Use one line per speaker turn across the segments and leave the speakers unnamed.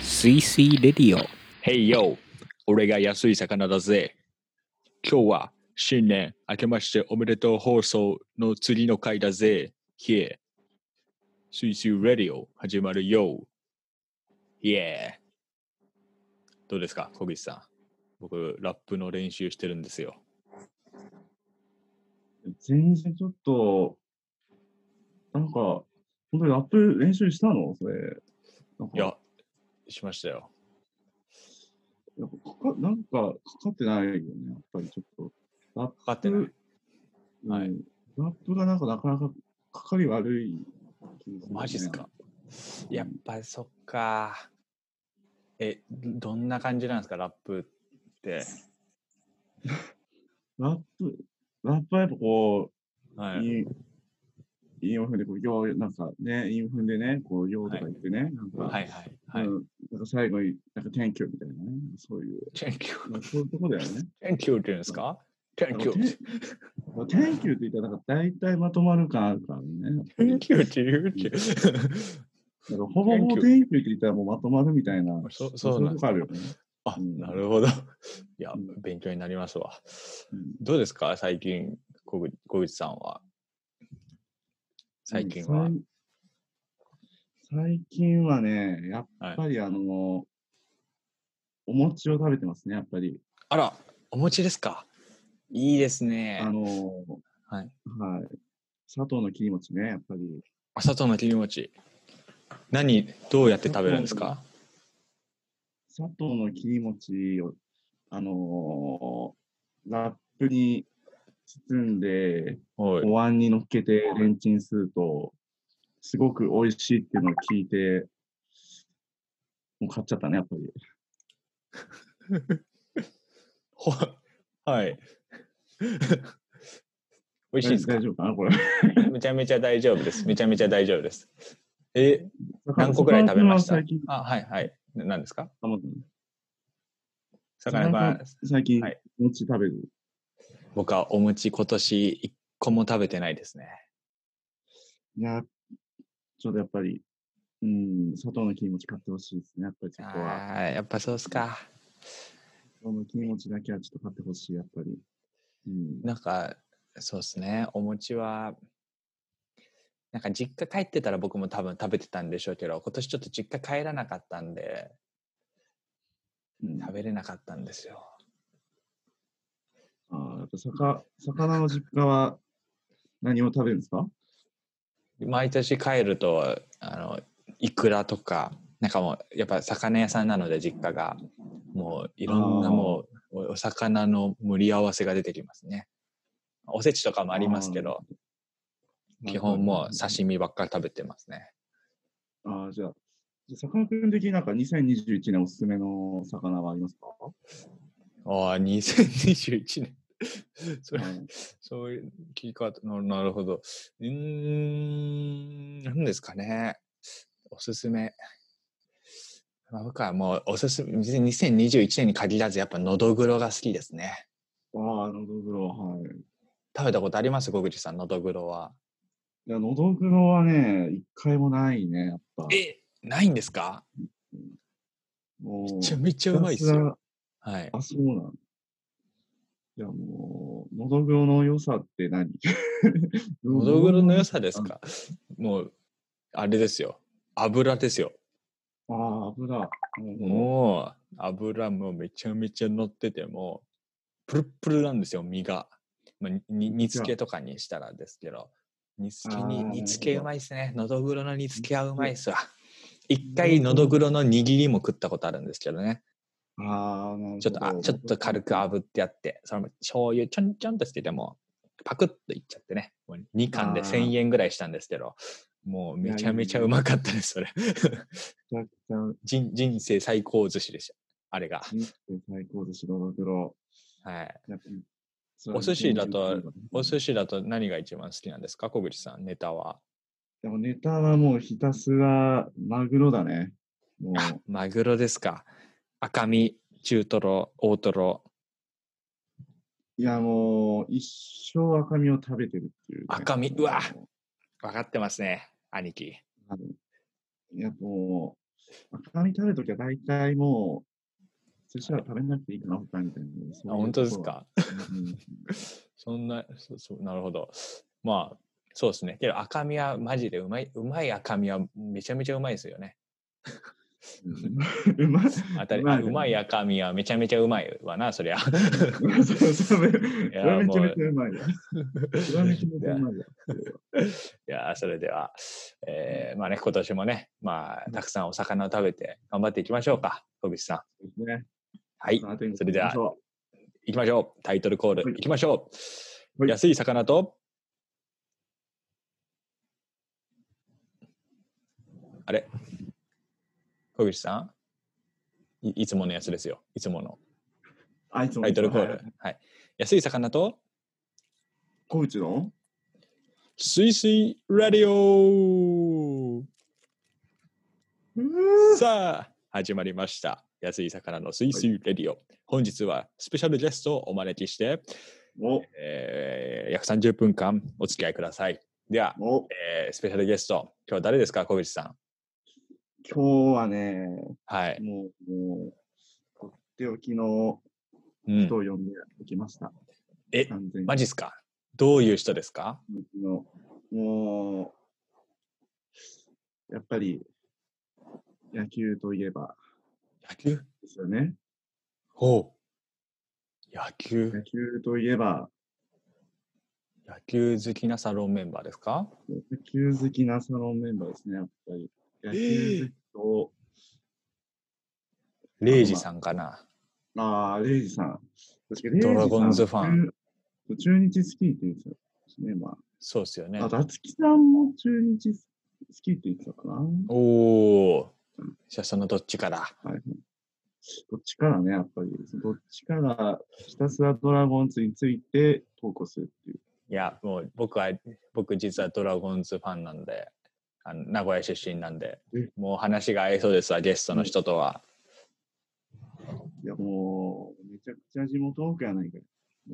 スイスイレディオ。
Hey yo! 俺が安い魚だぜ。今日は新年明けましておめでとう放送の次の回だぜ。Here! スイスイレディオ始まるよ。Yeah! どうですか、小口さん。僕、ラップの練習してるんですよ。
全然ちょっと、なんか、本当にラップ練習したのそれ。なんか
いや、しましたよ。
やっぱかか、なんかかかってないよね、やっぱりちょっと。ラップ、
かかってない。
うん
はい
ラップがなんかなかなかかかり悪い気がるね
マジっすか。や
やっ
っぱそっか。え、どんな感じなんですか、ラップって。
ラップ、ラップはやっぱこう、
はい。
韻韻を踏んで、こう、よう、なんかね、韻を踏んでね、こう、ようとか言ってね、なんか、
はいはいはい。
うんなんか最後に、なんか、天気みたいなね、そういう、
Thank you.
まあそういうとこだよね。
Thank you って言うんですか ?Thank you.
まあ、Thank you って言ったら、なんか大体まとまる感あるからね。
Thank you って言うって。
だからほぼほぼ
Thank
Thank you って言ったらもうまとまるみたいな。
そそうなん
い
で
とこあるよね。
すあ、
うん
なるほど。いや
う、ん
勉強になりますわ
うん。
どうですか最近、小口小口さんは。最近は
う。ん。最最近はね、やっぱりあの、お餅を食べてますね、やっぱり。
あら、お餅ですかいいですね
あ。の、
はい。
はい。砂糖の切り餅ね、やっぱり。
砂糖の切り餅。何、どうやって食べるんですか
砂糖の切り餅を、あのラップに包んで、
おい。
お椀に乗っけてレンチンすると、すごく美味しいっていうのを聞いて、もう買っちゃったね、やっぱり。
ほ はい。美味しいですか
大丈夫かな、これ。
めちゃめちゃ大丈夫です。めちゃめちゃ大丈夫です。え、何個くらい食べました
最近、
あ、はいはい。な何ですか
あまあ
魚
魚
は
君、最近
はい、
餅食べる。
僕はお餅今年一個も食べてないですね。
いや、ちょっとやっぱり、うん、砂糖の切り餅買ってほしいですね、やっぱりそこは。
あーやっぱそうっすか。
砂糖の切り餅だけはちょっと買ってほしい、やっぱり。うん、
なんか、そうっすね。お餅は、なんか実家帰ってたら僕も多分食べてたんでしょうけど、今年ちょっと実家帰らなかったんで、
うん
食べれなかったんですよ。
あーやっぱ魚魚の実家は何を食べるんですか
毎年帰るとあのイクラとかなんかもうやっぱ魚屋さんなので実家がもういろんな
あー
もうおお魚の盛り合わせが出てきますねおせちとかもありますけど基本もう刺身ばっかり食べてますね
ああ、じゃあ、じゃあさかなクン的になんか2021年おすすめの魚はあ りますか
ああ2021年 それ
うん
そういう聞き方ななるほどうーん何ですかねおすすめまあ僕はもうおすすめ2021年に限らずやっぱのどぐろが好きですね
ああ、のどぐろ、はい。い
食べたことあります小口さんのどぐろは
や、のどぐろはね、一回もないね、やっぱ。
えないんですか
もう
めちゃめちゃうまいですよ
よ。
はい
あ、そうなんいや、もう、のどぐろの良さって 何
のどぐろの良さですかもうあれですよ油ですよ
ああ、油。なるほど
もう油もめちゃめちゃ乗っててもうプルップルなんですよ身が、まあ、にに煮つけとかにしたらですけど煮つけに
あー
煮つけ
なる
う
ほど
まいっすねのどぐろの煮つけはうまいっすわ一回のどぐろの握りも食ったことあるんですけどね
ああ、なるほど。
ちょっとあちょっと軽く炙ってやってその醤油ちょんちょんとしててもパクッといっちゃってねもう2貫で
あー
1000円ぐらいしたんですけどもうめちゃめちゃうまかったですそれ
めちゃくちゃ
人人生最高寿司でしたあれが
人生最高です、のどぐろ。
はい
やっぱりそれは
お寿司だと
2021年
お寿司だと何が一番好きなんですか小口さん、ネタは。
でもネタはもうひたすらマグロだね。もう
マグロですか。赤身、中トロ、大トロ、
いや、もう、一生赤身を食べてるっていうね、
赤身うわ分かってますね、兄貴。
あのいや、もう、赤身食べるときは大体もう、寿司は食べなくていいかな、他みたいな。そう
あ
いう
本当です
ところは。
か。
うん
そんな、そそうなるほど。まあ、そうですね。けど赤身はマジでうまい、うまい赤身はめちゃめちゃうまいですよね。
うんうまい。
当たり
うまい
あうまい赤身はめちゃめちゃうまいわな、そ りゃ。
そうそう。それ
や
はめちゃめちゃうまいよ。それはめちゃめちゃうまいよ。
いやーそれでは、えーまあね、今年もね、まあ、たくさんお魚を食べて頑張っていきましょうか、小口さん。
そうですね。
はい、
あとに
それでは
行き
行きま
ましょ
しょう。タイトルコール、
はい
行きましょう。
はい
安い魚と、あれ小口さんいいつものやつですよ。いつもの。
うあいつも
タイトルコー
は
ル
い。
はい。安い魚と、
小内の
スイスイラディオさあ始まりました安い魚のスイスイレディオ、本日はスペシャルゲストをお招きして、
お、
えー約30分間お付き合いくださいでは、
お、
えースペシャルゲスト今日は誰ですか小口さん
今日はね、
はい、
もう、もう、とっておきの
うん
人を呼んでおきました。
え
完全に
マジっすかどういう人ですか
の、もう、やっぱり、野球といえば
野球
ですよね。
ほう野球
野球といえば、
野球好きなサロンメンバーですか
野球好きなサロンメンバーですね、やっぱり。野球好
レイジさんかな
きと、ああ、レイジさん。確かレイジ
ドラゴンズファン
ン。中中日好きって言うんですよ。ね、ま
そうですよね
あ。あ、達樹さんも中日好きって言ってたかな。は
おお。じゃあそのどっちから
いはい。どっちからね、やっぱり。どっちからひたすらドラゴンズについて投稿するっていう。
いや、もう僕は、僕実はドラゴンズファンなんで、あの名古屋出身なんで
え、
もう話が合いそうですわ、ゲストの人とは。
いや、もう、めちゃくちゃ地元多くやないかい。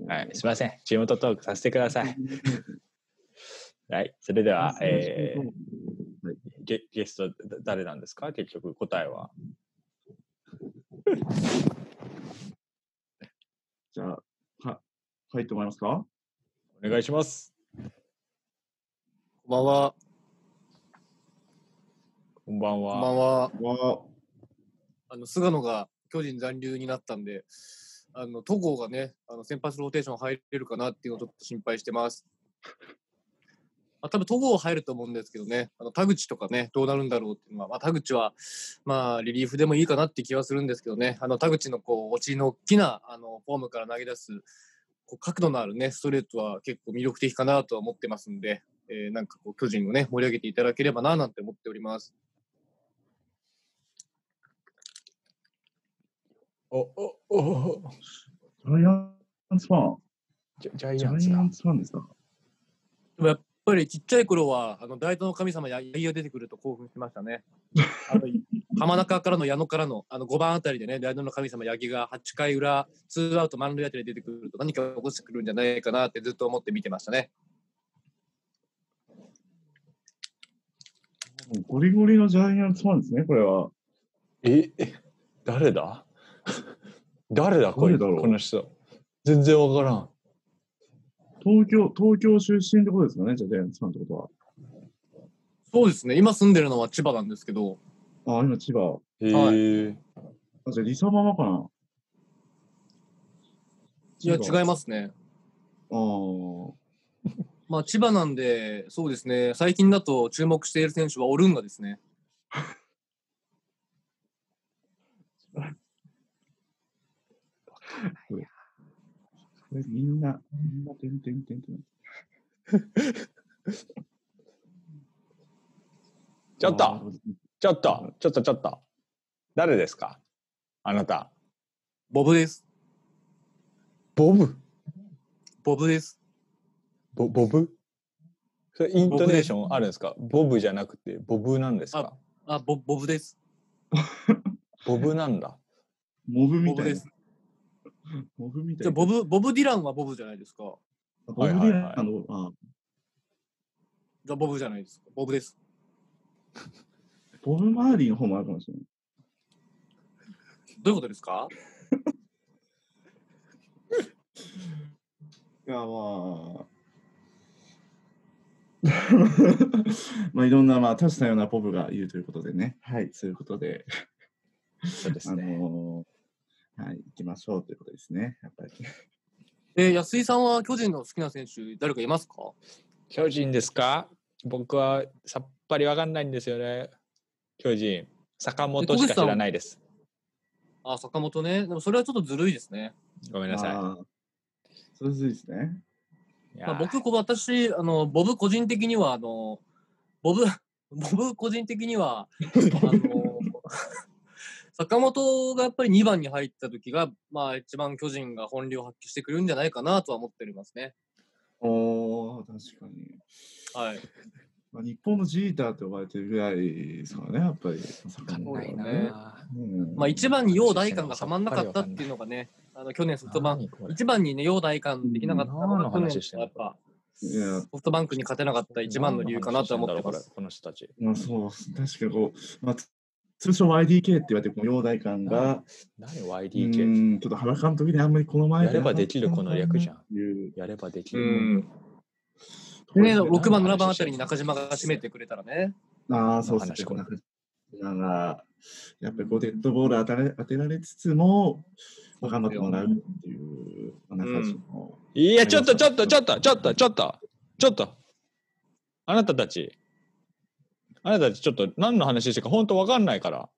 はい、すみません。チームトトークさせてください。
で
はい、それでは、えー
はい、
ゲゲストだ誰なんですか結局答えは。
じゃあ、は、はい、と思いますか
お願いします。
こんばんは。
こんばんは。
こんばんは。
わ
あの菅野が巨人残留になったんで、あの戸郷がね、あの先発ローテーション入れるかなっていうのをちょっと心配してます。まあ、多分戸郷入ると思うんですけどね、あの田口とかね、どうなるんだろうっていうのは、まあ、田口は、まあ、リリーフでもいいかなって気はするんですけどね、あの田口のこう落ちの大きなあのフォームから投げ出すこう角度のある、ね、ストレートは結構魅力的かなとは思ってますんで、えーなんかこう巨人を、ね、盛り上げていただければななんて思っております。
おおおお
ジャイアンツファン。
ジャジャイ
ジ
アンツ
ャイア
だ
ン。ツファンですか
でもやっぱりちっちゃい頃は、あの大東の神様、やいが出てくると興奮しましたね。あと浜中からの矢野からのあの5番あたりでね、大東の神様、八木が8回裏、ツーアウト満塁あたりで出てくると、何か起こしてくるんじゃないかなってずっと思って見てましたね。
もうゴリゴリのジャイアンツファンですね、これは。
ええ誰だ 誰だこれ
誰だろう
この人。全然わからん。
東京、東京出身ってことですかね、じゃあジャイアンツファンってこ
そうですね、今住んでるのは千葉なんですけど、
とは。あ、今千葉。
へえ
はい
あ、じゃあリサママかな。
いや、
千
違
葉
いますね。
あー
まあ、千葉なんで、そうですね、最近だと注目している選手はオルンガですね。
これみんな、みんな、てんてんてんてん。
ちょっ
あ
と
ー
ちょっと、ちょっと、ちょっと。誰ですかあなた。
ボブです。
ボブ
ボブです。
ボボブそれイントネーショ
ボ
ン
ブ
あるんですかボブじゃなくて、ボブなんですか
あ、ボボブです。
ボブなんだ。
モブ
ボ
み
ブ
たいな
です。。
モブみたい
じゃ
な。
あ、ボブ、ボブ・ディランはボブじゃないですか。
あボブ
はい
ディ
はい
ラ
はい
ンの、あ、
じゃあ、ボブじゃないですか。ボブです。
ボブ周りの方もあるかもしれない。
どういうことですか
いや、まあ。 まあ、いろんな、まあ、多種多様なボブがいるということでね。はい、そういうことで、
そうで
あ
すね。
のーはい、行きましょうということですね。やっぱり。
えー、安井さんは巨人の好きな選手、誰かいますか
巨人ですか僕はさっぱりわかんないんですよね。巨人。坂本しか知らないです。
あ、坂本ね。でも、それはちょっとずるいですね。
ごめんなさい。
あーそれずるいで すね。
いや
まあ、
ー
僕、こう私、あの、ボブ個人的には、あの、ボブ、 ボブ個人的には、あ の、坂本がやっぱり2番に入った時が、まあ、一番巨人が本領発揮してくれるんじゃないかなとは思っておりますね。
おお、確かに。
はい。
まあ、日本のジーターと呼ばれてるぐらいですからね、やっぱり。
わかんないなー。
うん
まあ、1番に楊大官がはまんなかったっていうのがね、あの去年ソフトバンク、
何これ
1番にね、楊大官できなかったの
何の
が去年
話してん
や
の
っぱ
いや、
ソフトバンクに勝てなかった一番の理由かなとは思っ
何の話してんだろう
てま
こ
す
れ。この人たち。
まあ、そうっす、確かにこう、まあ、つ通称 YDK って言われて、この容体感が、
何
う
YDK?
ん、ちょっと原監督にあんまりこの前
やればできるこの略じゃん。
いう
やればでき
う
る。
ん、
ところで
ね
すね。
6番、7番あたりに中島が締めてくれたらね、
ああ、そうです
話
ね
これ。
だから、やっぱりこう、デッドボール当たれ当てられつつも、まあ頑張ってもらうっていう、まあ中地の。
いや、ちょっと、ちょっと、ちょっと、ちょっと、ちょっと、ちょっと。あなたたち、あなたたち、ちょっと何の話してるか本当わかんないから。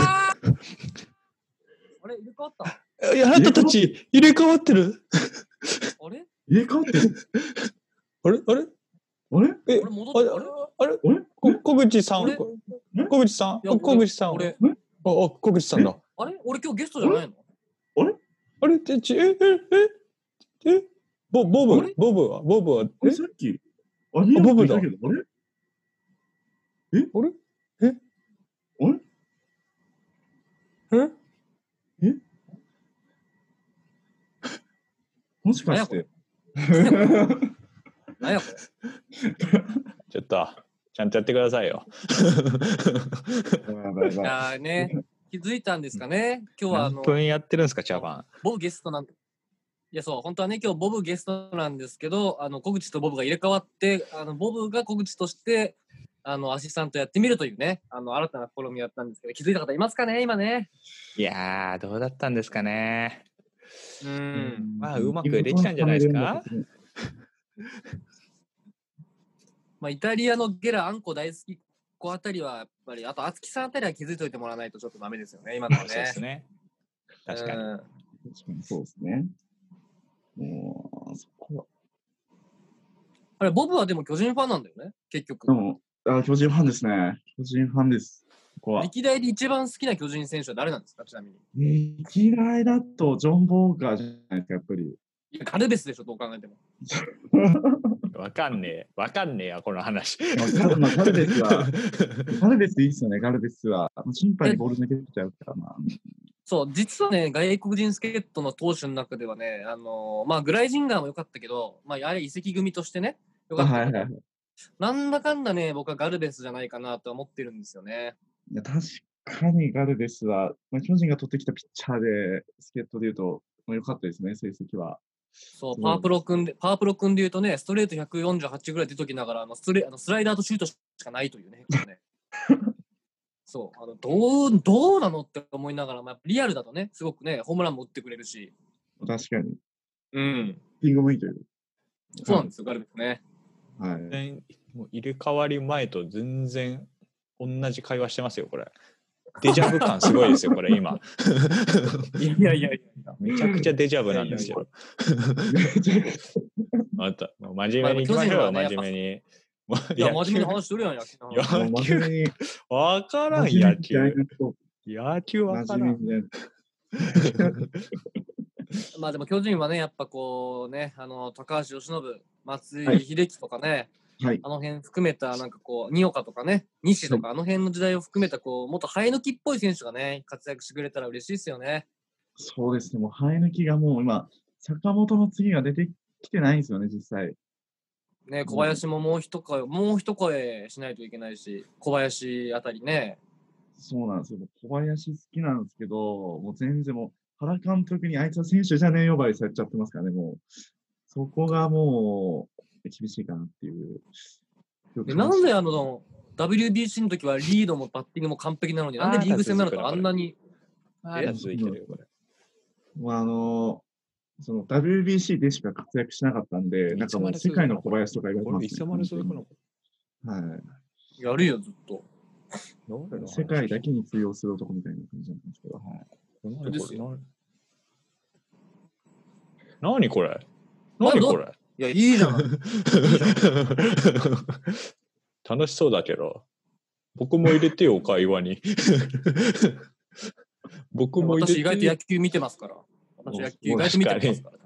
あれ、入れ替わった
いや、あなたたち、入れ替わってる。
あれ
入れ替わってる
あれあれ
あれ
え、
俺戻
あ
っ
れ
たあれ
あれ
あれ
こ小口さん
俺
こ小口さん
いや
あ小口さんああ
俺、
小口さんだ。
あれ俺今日ゲストじゃないの
あれってち、え、え、え、え、ボボ
あ
ブ
れ、
ボブは、ボブは、
あ
え
れ、さっき、あ、ニ
ボブだ
あれ
あれ
あれ
え
もしかして。
何やこれ
ちょっと、ちゃんとやってくださいよ。
やばいやばい
あーね、気づいたんですかね、今日はあ
何
の
分やってるんですか、チャーバ
ボブゲストなんいやそう本当はね今日ボブゲストなんですけどあの小口とボブが入れ替わってあのボブが小口としてあのアシスタントやってみるというねあの新たな試みやったんですけど気づいた方いますかね今ね
ン。いやー、どうだったんですかね。
うん、
まあうまくできたんじゃないですか
まあイタリアのゲラあんこ大好き子あたりはやっぱりあと敦貴さんあたりは気づいておいてもらわないとちょっとダメですよね今のは
そうで
ね
すね。確かに。
うん
確かにそうですね。もう、そこは。
あれボブはでも巨人ファンなんだよね結局
でも、あ巨人ファンですね。巨人ファンです。ここは。
歴代で一番好きな巨人選手は誰なんですかちなみに
歴代だと、ジョン・ボーカーじゃないですか、やっぱり。
いやカルベスでしょどう考えても
わかんねえ。わかんねえや、この話。
まあまあカルベス はガルベスいいですよね、ガルベスは。審判にボール投げてちゃうから、まあ。
そう、実はね、外国人助っ人の投手の中ではね、あのーまあ、グライジンガーも良かったけど、まあ、あれ移籍組としてね、良かったけ
は
ど、
いはいはい。
なんだかんだね、僕はガルベスじゃないかなとは思ってるんですよね。
いや確かにガルベスは、まあ、巨人が取ってきたピッチャーで、助っ人で言うと、まあ、良かったですね、成績は。
そう、
そう
パワープロ君で、パワープロ君で言うとね、ストレート148ぐらい出ときながら、あのストレあのスライダーとシュートしかないという ね、ねそう、あの、どう、どうなのって思いながら、まあ、リアルだとね、すごくね、ホームランも打ってくれるし、
確かに。
うん、
ピングもいいという。
そうなんですよ、ガルベスね。
はい。
全もう入れ替わり前と全然同じ会話してますよ、これ。デジャブ感すごいですよ、これ、今。
いやいやいやいや。
めちゃくちゃデジャブなんですよ。また、もう真面目に行きましょうよ、
まあ
真
巨人
面
は
目に。
いや、真面目に話してるやん、野球の話
いや野
真
球
面目に、
わからん、
真面目
野
に嫌い
球。
な人
野球わ
真
から
面目
ん。
にね
まあでも巨人はね、やっぱこうね、あの高橋由伸、松
はい
井秀喜とかね、
はい
あの辺含めた、なんかこう、二岡とかね、西とか、あの辺の時代を含めた、こう、もっと生え抜きっぽい選手がね、活躍してくれたら嬉しいですよね。
そうですね、もう生え抜きがもう今、坂本の次が出てきてないんですよね、実際。
ね、小林ももう一声、もう一声しないといけないし、小林あたりね、
そうなんですよ。もう小林好きなんですけど、もう全然もう原監督にあいつは選手じゃねえ呼ばれされちゃってますからね、もう。そこがもう厳しいかなっていう。
でなんであの、WBC の時はリードもバッティングも完璧なのに、なんでリーグ戦なのかあんなに、
あ
え
ら続いてるよ、これ。
もうあのその WBC でしか活躍しなかったんで、なんかもう世界の小林とか言われて
これ、
ます、ね。
いつまで続くの
はい。
やるよ、ずっと。
誰の話
世界だけに通用する男みたいな感じなんですけど。はい
何
当で
こ
す
れ何何これ
まあ
何これ
いや、いいじゃん。
楽しそうだけど、僕も入れてよ、会話 に。僕も入れて
私意外と野球見てますから。私野球意外と見てますから。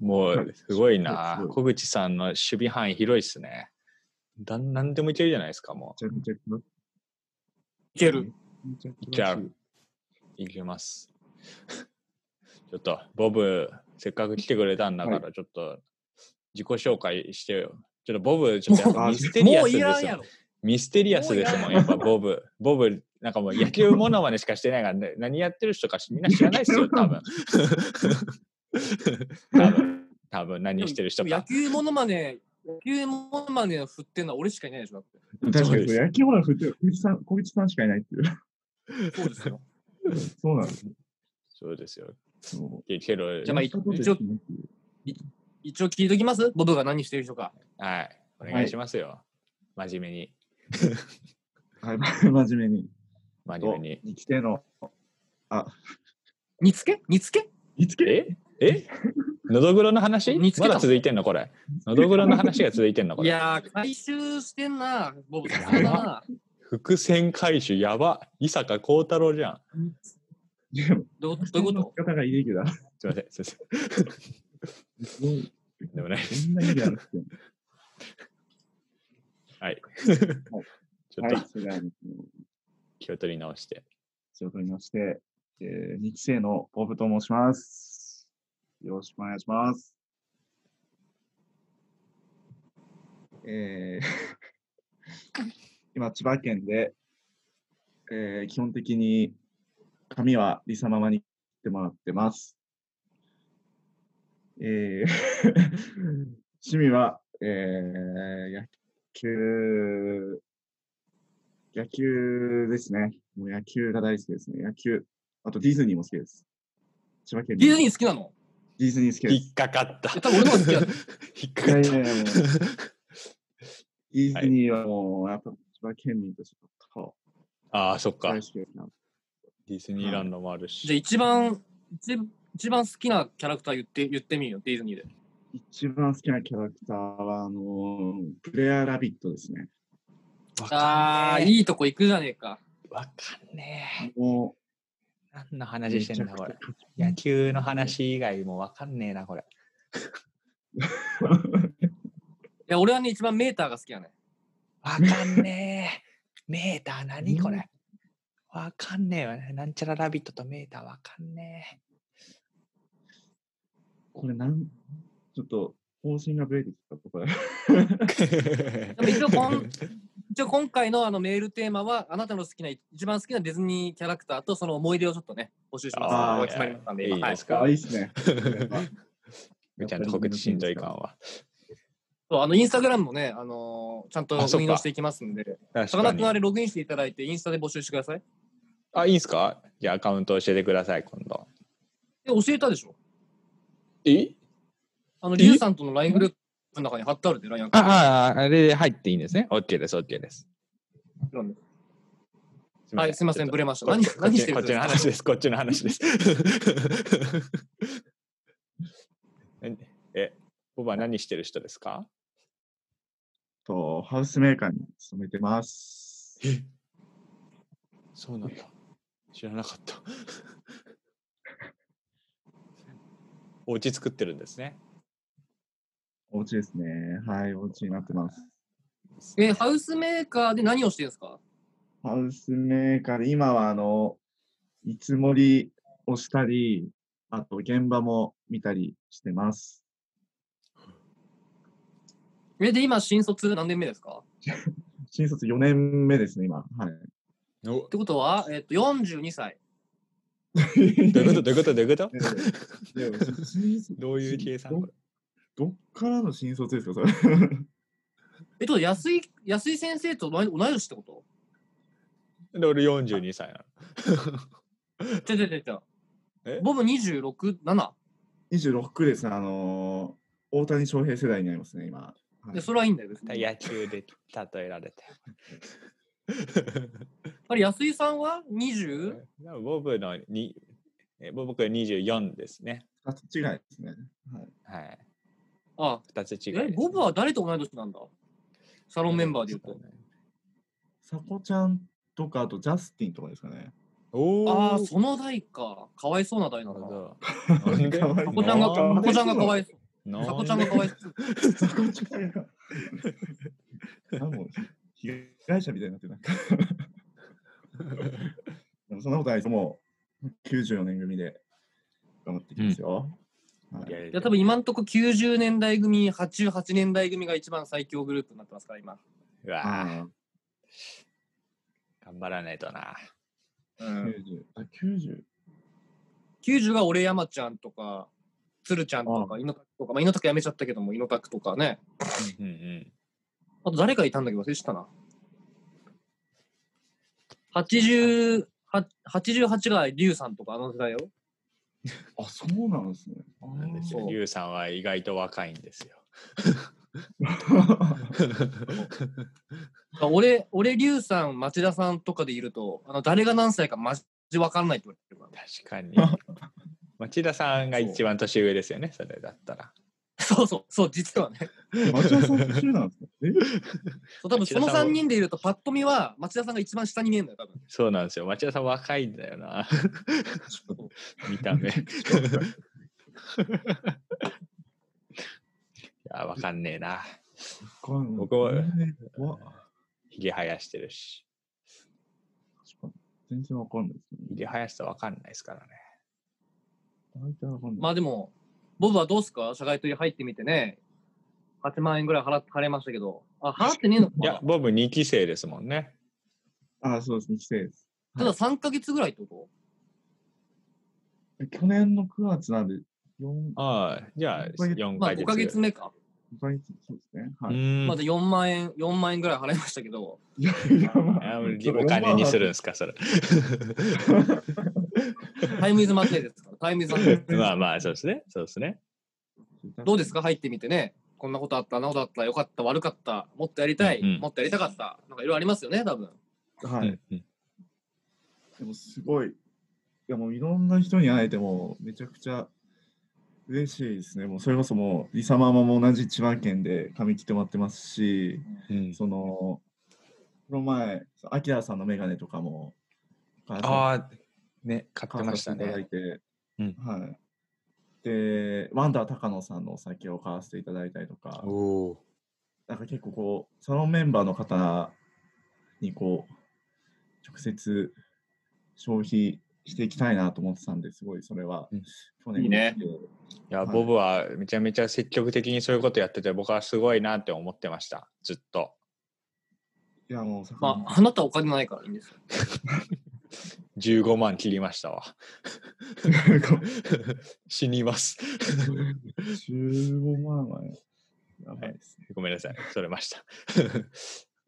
もう、すごい
はいす
な。
ごい
小口さんの守備範囲広いっすね。だ何でもいけるじゃないですか、も
めちゃくちゃ気持ち
いける。
めちゃ
う。
く
い
ち
け
ゃ
る。いけます。 ちょっと、ボブ、せっかく来てくれたんだから、ちょっと、自己紹介してよ。ちょっと、ボブ、ちょっとやっぱミステリア ス
もう
です
いらん
よ
やろ。
ミステリアスですもん、やっぱボブ。ボブ、なんかもう野球モノマネしかしてないから、ね、何やってる人かみんな知らないです よ、多分。多分、多分何してる人
野
か。
球モノマネ、野球モノマネを振ってんのは俺しかいないでしょ。だっ
確か
そうで
に
す
そう野球ほら振ってる小口さん、小口さんしかいないっていう。
てそうですよ。
そうなんですよ。
そうですよ。
そう
けけど、
じゃあまあ一応
そうですね
一応聞いときますボブが何してる人か。
はい、お願いしますよ。真面目に、
はい、 真面目に。
真面目に。
に来ての。あ、
煮つけ煮つけ
いつけ
ええのどぐろの話
見つけ
ま
た
だ続いてんのこれ。のどぐろの話が続いてんのこ
い
れ。
やー、回収してんな、ボブ。さすがだな
伏線回収やば。伊坂幸太郎じゃん。
でも
どどういうこと
仕方がイレギュラー。
すいません、すいません。
すごい。
でもね
そんなイレギュラーなくても。
はい。ちょっ
はい
と、
それでは、
気を取り直して。
一応取りまして、えー、2期生のボブと申します。よろしくお願いします。えー 今、千葉県で、えー基本的に髪はリサママに切ってもらってます。えー 趣味は、えー野球野球ですね。もう野球が大好きですね。野球。あとディズニーも好きです。千葉県
ディズニ
ー
ー好きなの
ディズニー好きです。
引っかかった。
多分俺の方が好き だ
引っ
い
か
や
かっ
い
た。
やいや、もうディズニーはもう、やっぱ千葉県民としてと
ああ、そっか
大好。きですね。
ディズニーランドもあるし。
じゃあ一番、一一番好きなキャラクター言って言ってみよ、ディズニーで。
一番好きなキャラクターは、あのープレアラビットですね。
わ
あ
かん
ー、
ね
いいとこ行くじゃねえか。
え。わかんね
も
え。何の
う、
話してんだ、これ。野球の話以外もわかんねえな、これ。
いや、俺はね、一番メーターが好きやね。
わかんねえ。メーター何これ。わかんねえわね。なんちゃらラビットとメーターわかんね
これなん、ちょっと、方針がぶれてきたとこれ。
え。
でも一応こん一応今回のあのメールテーマは、あなたの好きな、一番好きなディズニーキャラクターとその思い出をちょっとね、募集します。
あー
お集まりましたんで、
いい
今は
で
い
すか
あ、いいっす ね。
みたいな告知しんどい感は。
そうあのインスタグラムもね、あのーちゃんと
あそっか
運用していきますんで、
確
さか
か
なクンあ
に。
れログインしていただいて、インスタで募集してください。
あ、いいんすかじゃあアカウント教えてください、今度。
で、教えたでしょ
え
あの、リュウさんとの LINE グループの中に貼ってあるで、LINE アカウント
ああ、あれで入っていいんですね。OK です、OK です。
なんで
す
はい、すいません、
ちょっ
ぶれました。
と
何、
こっ
何し
ち
てる
こ
ん
っち
です
の
か
話です、こっちの話です。何 え、ボバ何してる人ですか
と、ハウスメーカーに勤めてます。
そうなんだ。知らなかった。お家作ってるんですね。
お家ですね。はい、お家になってます。
え、ハウスメーカーで何をしてるんですか
ハウスメーカーで、今はあの、見積もりをしたり、あと現場も見たりしてます。
え、で、今、新卒何年目ですか
新卒4年目ですね、今。はい。
お
ってことは、えっと、42歳。
どういうことどういうことどういうこと
いや新卒
どういう計算
ど
これ
どっからの新卒ですか、それ。
え、ちょっと安井、安井先生と同い同い年ってこと
で俺42歳なの。
ちゃちゃちゃちゃ
え。
ボブ26、7。
26ですね、あのー大谷翔平世代になりますね、今。はい
で、それはいいんだよ、別に。やっ
野球で例えられて。
ぱり安井さんは 20?
ボブのに、えボブ君24ですね。
二つ違いですね。はい、
はい。
あ、
二つ違いですね、
え、ボブは誰と同い年なんだサロンメンバーで言うと。
サコちゃんとか、あとジャスティンとかですかね。
おお。
ああ、その代か。かわいそうな代なんだな。
なるほど。
かわい
サ
そ
コちゃんが、
かわいそ
サ
う
コちゃんがかわいそう。
な
サコちゃんがかわいそう。
サコちゃんが。なんかもう被害者みたいになってるなんかでもそんなことないです。もう94年組で頑張っていきますよ。はい
い
いや、多分今んとこ90年代組、88年代組が一番最強グループになってますから、 今。
うわー
あ
頑張らないとな。
あ、90。あ、90。
90が俺山ちゃんとか、鶴ちゃんとか、猪拓とか、まあ、猪拓やめちゃったけども、猪拓とかね。
うんうん。
あと誰かいたんだけど忘れてたな。80 88が龍さんとかあの世代よ。
あ、そうなんですね。あー
なんです
そ
よ。
う
リュウさんは意外と若いんです よ。
俺、俺龍さん、町田さんとかでいると、あの誰が何歳かマジ分かんないって言われてるか
確かに。町田さんが一番年上ですよ ね、それだったら。
ら。 そうそう、そう、実はね。
町田さん年上なんですかえ
そう多分
町田さん
その
は
3人でいると、パッと見は町田さんが一番下に見えるんだよ、多分。
そうなんですよ。町田さん若いんだよ な。見た目。いや、わかんねえな。
わかんない
僕は
えー怖っ
ひげ生やしてるし。
確かに全然わかんないです
ひ
ね。
げ生やしたらわかんないですからね。
大体わかんない。
まあでも、ボブはどうすか社外取り入ってみてね。8万円ぐらい払っ払いましたけど。あ、払ってねえのか。
いや、ボブ2期生ですもんね。
あー、そうですね。期生です。
ただ3ヶ月ぐらいってこと
去年の9月なんで、4
ああ、じゃあ
五ヶ月
4
まあ
ヶ月。
5ヶ月目か。
ヶ月、そうですね。
う
はい。
ーん。
まだ4万円、4万円ぐらい払いましたけど、
いやいやま
あ
あ
お金にするんですか、 それ。
タイムイズマネーですから、タイムイズマネー。
まあまあ、そうですね。そうですね。
どうですか入ってみてね。こんなことあった、あんなことあった、よかった、悪かった、もっとやりたい、
うんうん
もっとやりたかった、なんかいろいろありますよね、多分。
はい。
うんうん
でもすごい。いやもういろんな人に会えてもうめちゃくちゃ嬉しいですね。もうそれこそもう、リサママも同じ千葉県で髪切ってもらってますし、
うん
その、この前、アキラさんのメガネとかも、
ああ、ね、買って
買
ま
わ
し
せ
た
ていただ
ね
い。て、
うん
はい。で、ワンダー高野さんのお酒を買わせていただいたりとか、
おお。
なんか結構こう、サロンメンバーの方にこう、直接消費していきたいなと思ってたんで、すごいそれは、
うん
去年
いいね
で
いや、
はい
ボブはめちゃめちゃ積極的にそういうことやってて、僕はすごいなって思ってました。ずっと。
いやもう、坂
ま
本
あ、あなたお金ないからいいんですよ。
15万切りましたわ。
さん、
死にます。
15万はやばいですね。
ごめんなさい。それました。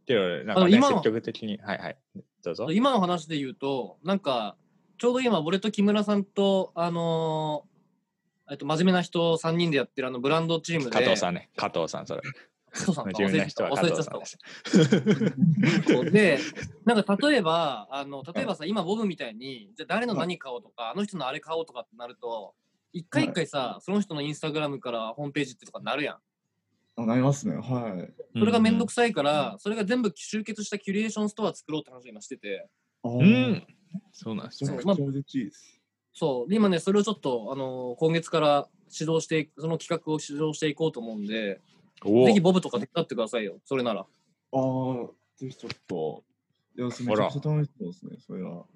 けど、なん
あ
か、
の
ね、
今の
積極的に。はいはい。どうぞ。
今の話で言うと、なんか、ちょうど今、俺と木村さんと、あのーえっと、真面目な人3人でやってるあのブランドチームで
加藤さんね。加藤さん、それ。
加藤さんか
真面目な人は
忘
加
れち
藤
ゃっ
さ
た
んです。
そうで、なんか例えば、あの例えばさ、今、ボブみたいに、じゃあ誰の何買おうとか、あの人のあれ買おうとかってなると、一回一回さ、その人のインスタグラムからホームページってとかなるやん。
あなりますね、はい。
それがめんど
く
くさいから、それが全部集結したキュレーションストア作ろうって話を今してて、
あ
う
ー
ん。そうなんです
めち
よ
ゃく
そう
ち
ま
ゃ
あ
嬉しいです。
そう、で今ね、それをちょっと、あの今月から指導して、その企画を指導していこうと思うんで、
お
ぜひ
お、
ボブとか手伝ってくださいよ、それなら。
ああ、ぜひちょっと。いや、それ
あ
めち
ら
ゃくちゃ楽しそうですね、それは。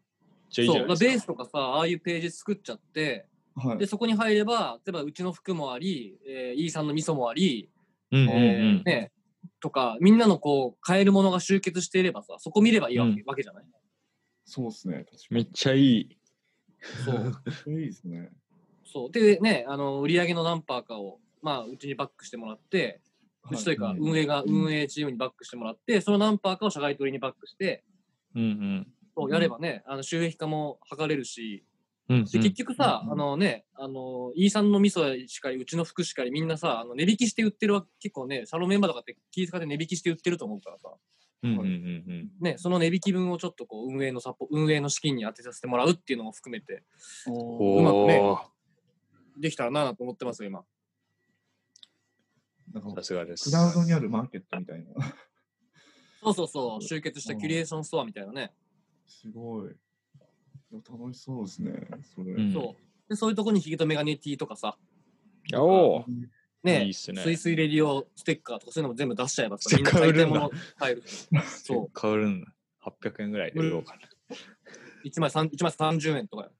じゃあいい
そ
じ
うだ
ゃない
から
で
ベ
す
ースとかさ、ああいうページ作っちゃって、
はい。
で、そこに入れば、例えばうちの服もあり、えー、E さんの味噌もあり、
か。うんうんう
えー
ん。
ね、とか、みんなのこう、買えるものが集結していればさ、そこ見ればいいわけ,、
うん
わけじゃない
そうですね。確か
め
に
っちゃいい。
そう。
いいですね。
そう。でね、あの、売り上げの何パーかを、まあ、うちにバックしてもらって、うちというか
う、ん
運営が、運営チームにバックしてもらって、その何パーかを社外取りにバックして、
うんうん。
そうやればね、あの収益化も図れるし、
うんうん
で、結局さ、あのね、あの、E さんの味噌しかり、うちの服しかり、みんなさ、あの値引きして売ってるわけ、結構ね、サロンメンバーとかって気遣って値引きして売ってると思うからさ、
うんうんうん
ね、その値引き分をちょっとこう、運営のサポ、運営の資金に当てさせてもらうっていうのも含めて、
うん。
お
うまくね
おお、
できたらなと思ってますよ、今。
なんか
さすがです。
クラウドにあるマーケットみたいな。
そうそうそう、集結したキュリエーションストアみたいなね。
すごい。いや楽しそうですね、それ。
うん
そう。で、そういうとこにヒゲとメガネティーとかさ、
おお、いい
ね
っ、すね
ス。イスイレディオステッカーとかそういうのも全部出しちゃえばさ、
ステ
みん
ッ
な
カー
買
売
いたい
るん
も
だ
の買え る。そ
買えるんだ。800円ぐらいで売ろうかな。
う。1枚三一枚30円とかよ。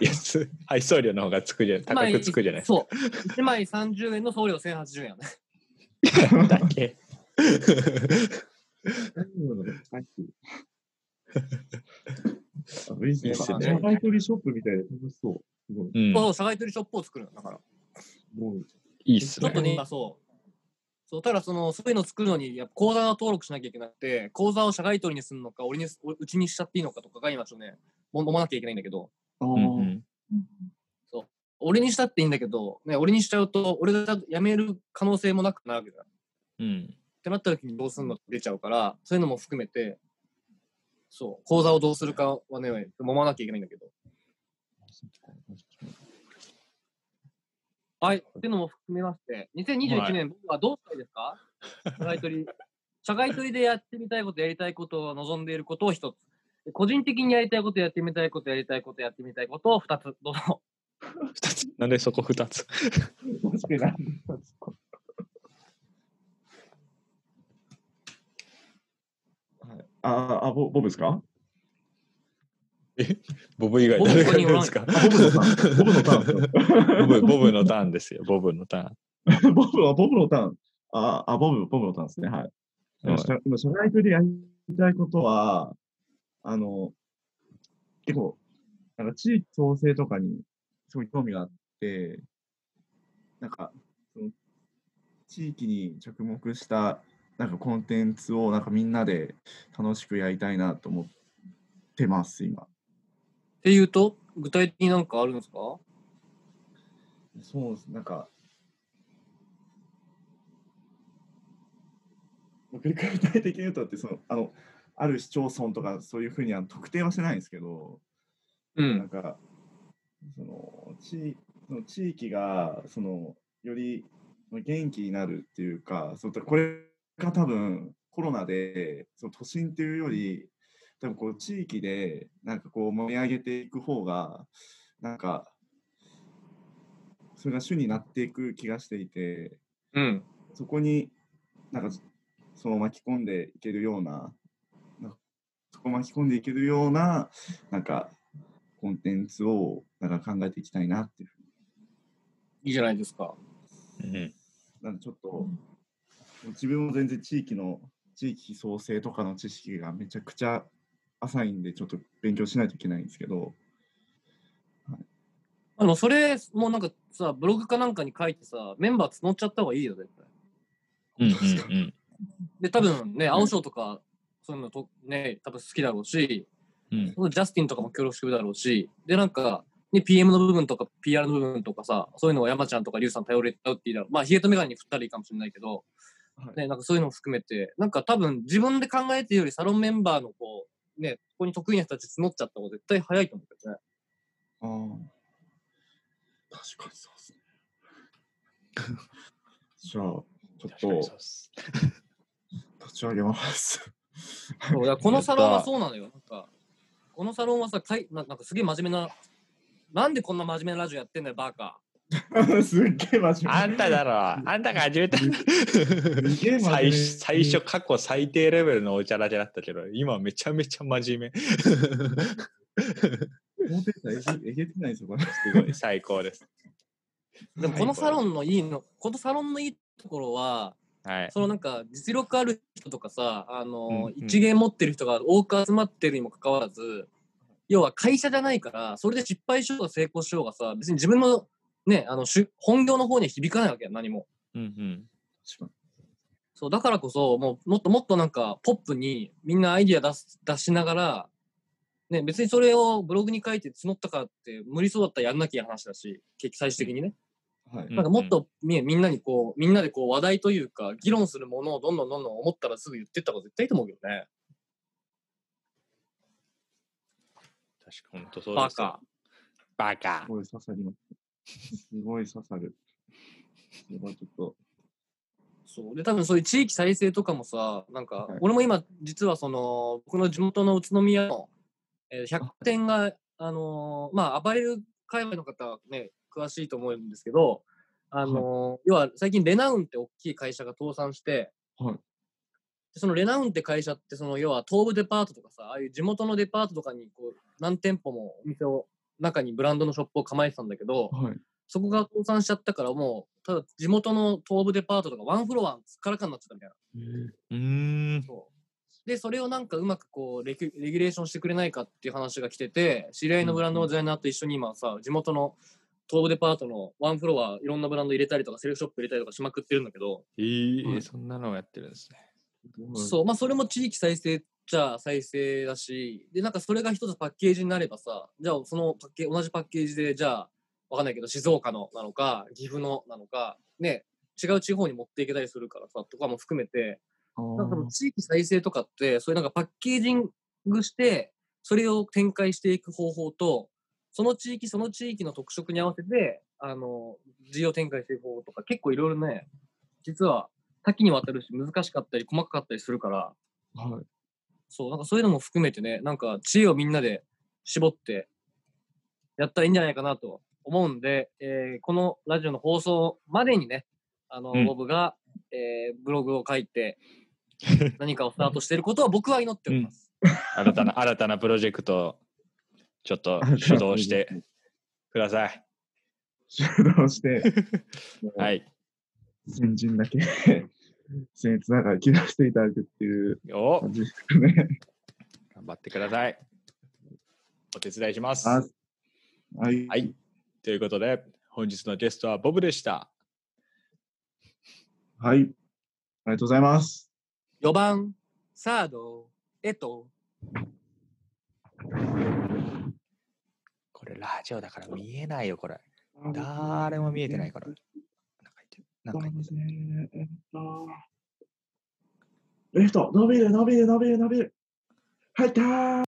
安い配送料の方がつくじゃ
一
高
枚
くつくじゃないですか。
そう。1枚30円の送料1080円やね。
だけ。
さっき。あいい
いいっ
です
す
ね。
ね
社会取りショップみたいで楽しそう。すごい。
うん、
そう、社外取りショップを作るのだから。
すごい
いいっす
ちょっと
ね。
ね、今そう。そうただそのそういうの作るのにやっぱ口座登録しなきゃいけなくて口座を社外取りにするのか俺にすおうちにしちゃっていいのかとかが今ちょっとねも揉まなきゃいけないんだけど
あ
うんう
ー
ん
俺にしたっていいんだけど、ね、俺にしちゃうと、俺が辞める可能性もなくなるわけだ。っ
うん。
てなった時にどうするのって出ちゃうから、そういうのも含めて、そう、講座をどうするかはね、揉まなきゃいけないんだけど。はい、っていうのも含めまして、2021年、僕はどうしたいですか社外 取り。社外取りでやってみたいこと、やりたいことを望んでいることを一つ。個人的にやりたいこと、やってみたいこと、やりたいこと、やってみたいことを二つ。どうぞ。
二つ。なんでそこ二つ
マジでなんなんですかはいああ、ボボブですか
ボブ以外
ボブ
誰がいるんですか
あボブのターン。ボブのター
ボ
ン。
ブ、ボブのターンですよ。ボブのターン。
ボブはボブのターン。あ、あボブ、ボブのターンですね。はい。
はい
社今社外取りでやりたいことは、あの、結構、なんか地域創生とかにすごい興味があって、なんか、その地域に着目したなんかコンテンツをなんかみんなで楽しくやりたいなと思ってます、今。
っていうと、具体的になんかあるんですか
そうです。なんか、具体的に言うとだってそのあの、ある市町村とかそういうふうには特定はしてないんですけど、
う
なん。か、その地その地域がそのより元気になるっていうか、そうこれが多分コロナでその都心っていうより、多分こう地域でなんかこう盛り上げていく方が、なんか、それが主になっていく気がしていて、
うん。
そこになんかその巻き込んでいけるようななんかそこ巻き込んでいけるようななんかコンテンツをなんか考えていきたいなっていうふう
いいじゃないですか。
うん。
になんでちょっと、自分も全然地域の地域創生とかの知識がめちゃくちゃ浅いんでちょっと勉強しないといけないんですけど
あの、それ、もうなんかさ、ブログかなんかに書いてさ、メンバー募っちゃった方がいいよ、絶対。
うんうん
で、多分ね、青翔とか、そういうのと、ね、多分好きだろうし、
うん。
そのジャスティンとかも協力してくれるだろうし、で、なんか、ね、PM の部分とか PR の部分とかさ、そういうのを山ちゃんとかリュウさん頼れちゃうっていいだろう。まあ、ヒゲとメガネに振ったらいいかもしれないけど、
はい
ね、なんかそういうのも含めて、なんか多分自分で考えてるよりサロンメンバーのこう、ね、ここに得意な人たち募っちゃった方が絶対早いと思うけどね。
あー確かにそうですね じゃあちょっと立ち上げます
そういやこのサロンはそうなのよ。なんか、このサロンはさ、かいななんかすげえ真面目な、なんでこんな真面目なラジオやってんだよ、バーカ。
すっげえ真面目。
あんただろあんたが始めた
すげえ真面目
最最初過去最低レベルのおちゃらけだったけど今めちゃめちゃ真面目
思ってたえげえげてないですよ、これ。
すごい最高です
でもこのサロンのいいの、このサロンのいいところは、
はい
そのなんか実力ある人とかさ、あの、
うんうん
一元持ってる人が多く集まってるにもかかわらず、要は会社じゃないから、それで失敗しようが成功しようがさ、別に自分のね、あの、主本業の方には響かないわけやん、何も。
うん
そう、だからこそ、もう、もっともっとなんか、ポップに、みんなアイディア出す、出しながら、ね、別にそれをブログに書いて募ったからって、無理そうだったらやんなきゃいけない話だし、結局最終的にね。
は
う
い。
ん
なんかもっとみみんなにこう、みんなでこう話題というか、議論するものをどんどんどんどん思ったらすぐ言ってった方が絶対いいと思うけどね。
確か本当そう
バ
ですよ
カ。
バカ
すごい刺さります。すごい刺さる。すごいちょっと。
そう。で、多分そういう地域再生とかもさ、なんか
はい、
俺も今、実はその、僕の地元の宇都宮の、えー100店が、あのーまあ、アパレル界隈の方はね、詳しいと思うんですけど、あのー要は最近レナウンって大きい会社が倒産して、
はい
でそのレナウンって会社って、その要は東武デパートとかさ、ああいう地元のデパートとかにこう何店舗もお店を、中にブランドのショップを構えてたんだけど、
はい。
そこが倒産しちゃったから、もう、ただ地元の東武デパートとかワンフロアすっからかになっちゃったみたいな。
うーん
で、それをなんかうまくこうレキュ、レギュレーションしてくれないかっていう話が来てて、知り合いのブランドのデザイナーと一緒に今さ、地元の東武デパートのワンフロア、いろんなブランド入れたりとか、セルフショップ入れたりとかしまくってるんだけど、
えー
はい
そんなのをやってるんですね
そう、まあそれも地域再生っちゃ再生だし、で、なんかそれが一つパッケージになればさ、じゃあそのパッケ同じパッケージで、じゃあ、わかんないけど、静岡のなのか、岐阜のなのか、ね、違う地方に持っていけたりするからさ、とかも含めて、
あー
なんかその地域再生とかって、そういうなんかパッケージングして、それを展開していく方法と、その地域その地域の特色に合わせて、あの、事業展開していく方法とか、結構いろいろね、実は多岐にわたるし、難しかったり、細かかったりするから、
はい。
そう、なんかそういうのも含めてね、なんか知恵をみんなで絞ってやったらいいんじゃないかなと思うんで、えーこのラジオの放送までにね、あの、
うん
ボブが、えーブログを書 いて、何かをスタートしていることを僕は祈っております。
新たな新たなプロジェクトをちょっ と主導してください
主導して、。
はいい
先人だけ、僭越ながら切らせていただくっていう
お
感じですかね。
頑張ってくださいお手伝いします
あはい。
はい。ということで、本日のゲストはボブでした。
はい。ありがとうございます。
4番、サード、えっと、
これラジオだから見えないよ、これ。誰も見えてないから。なんか言ってる。なんか言ってる
えっと。レフト、伸びる、伸びる、伸びる、伸びる。入ったー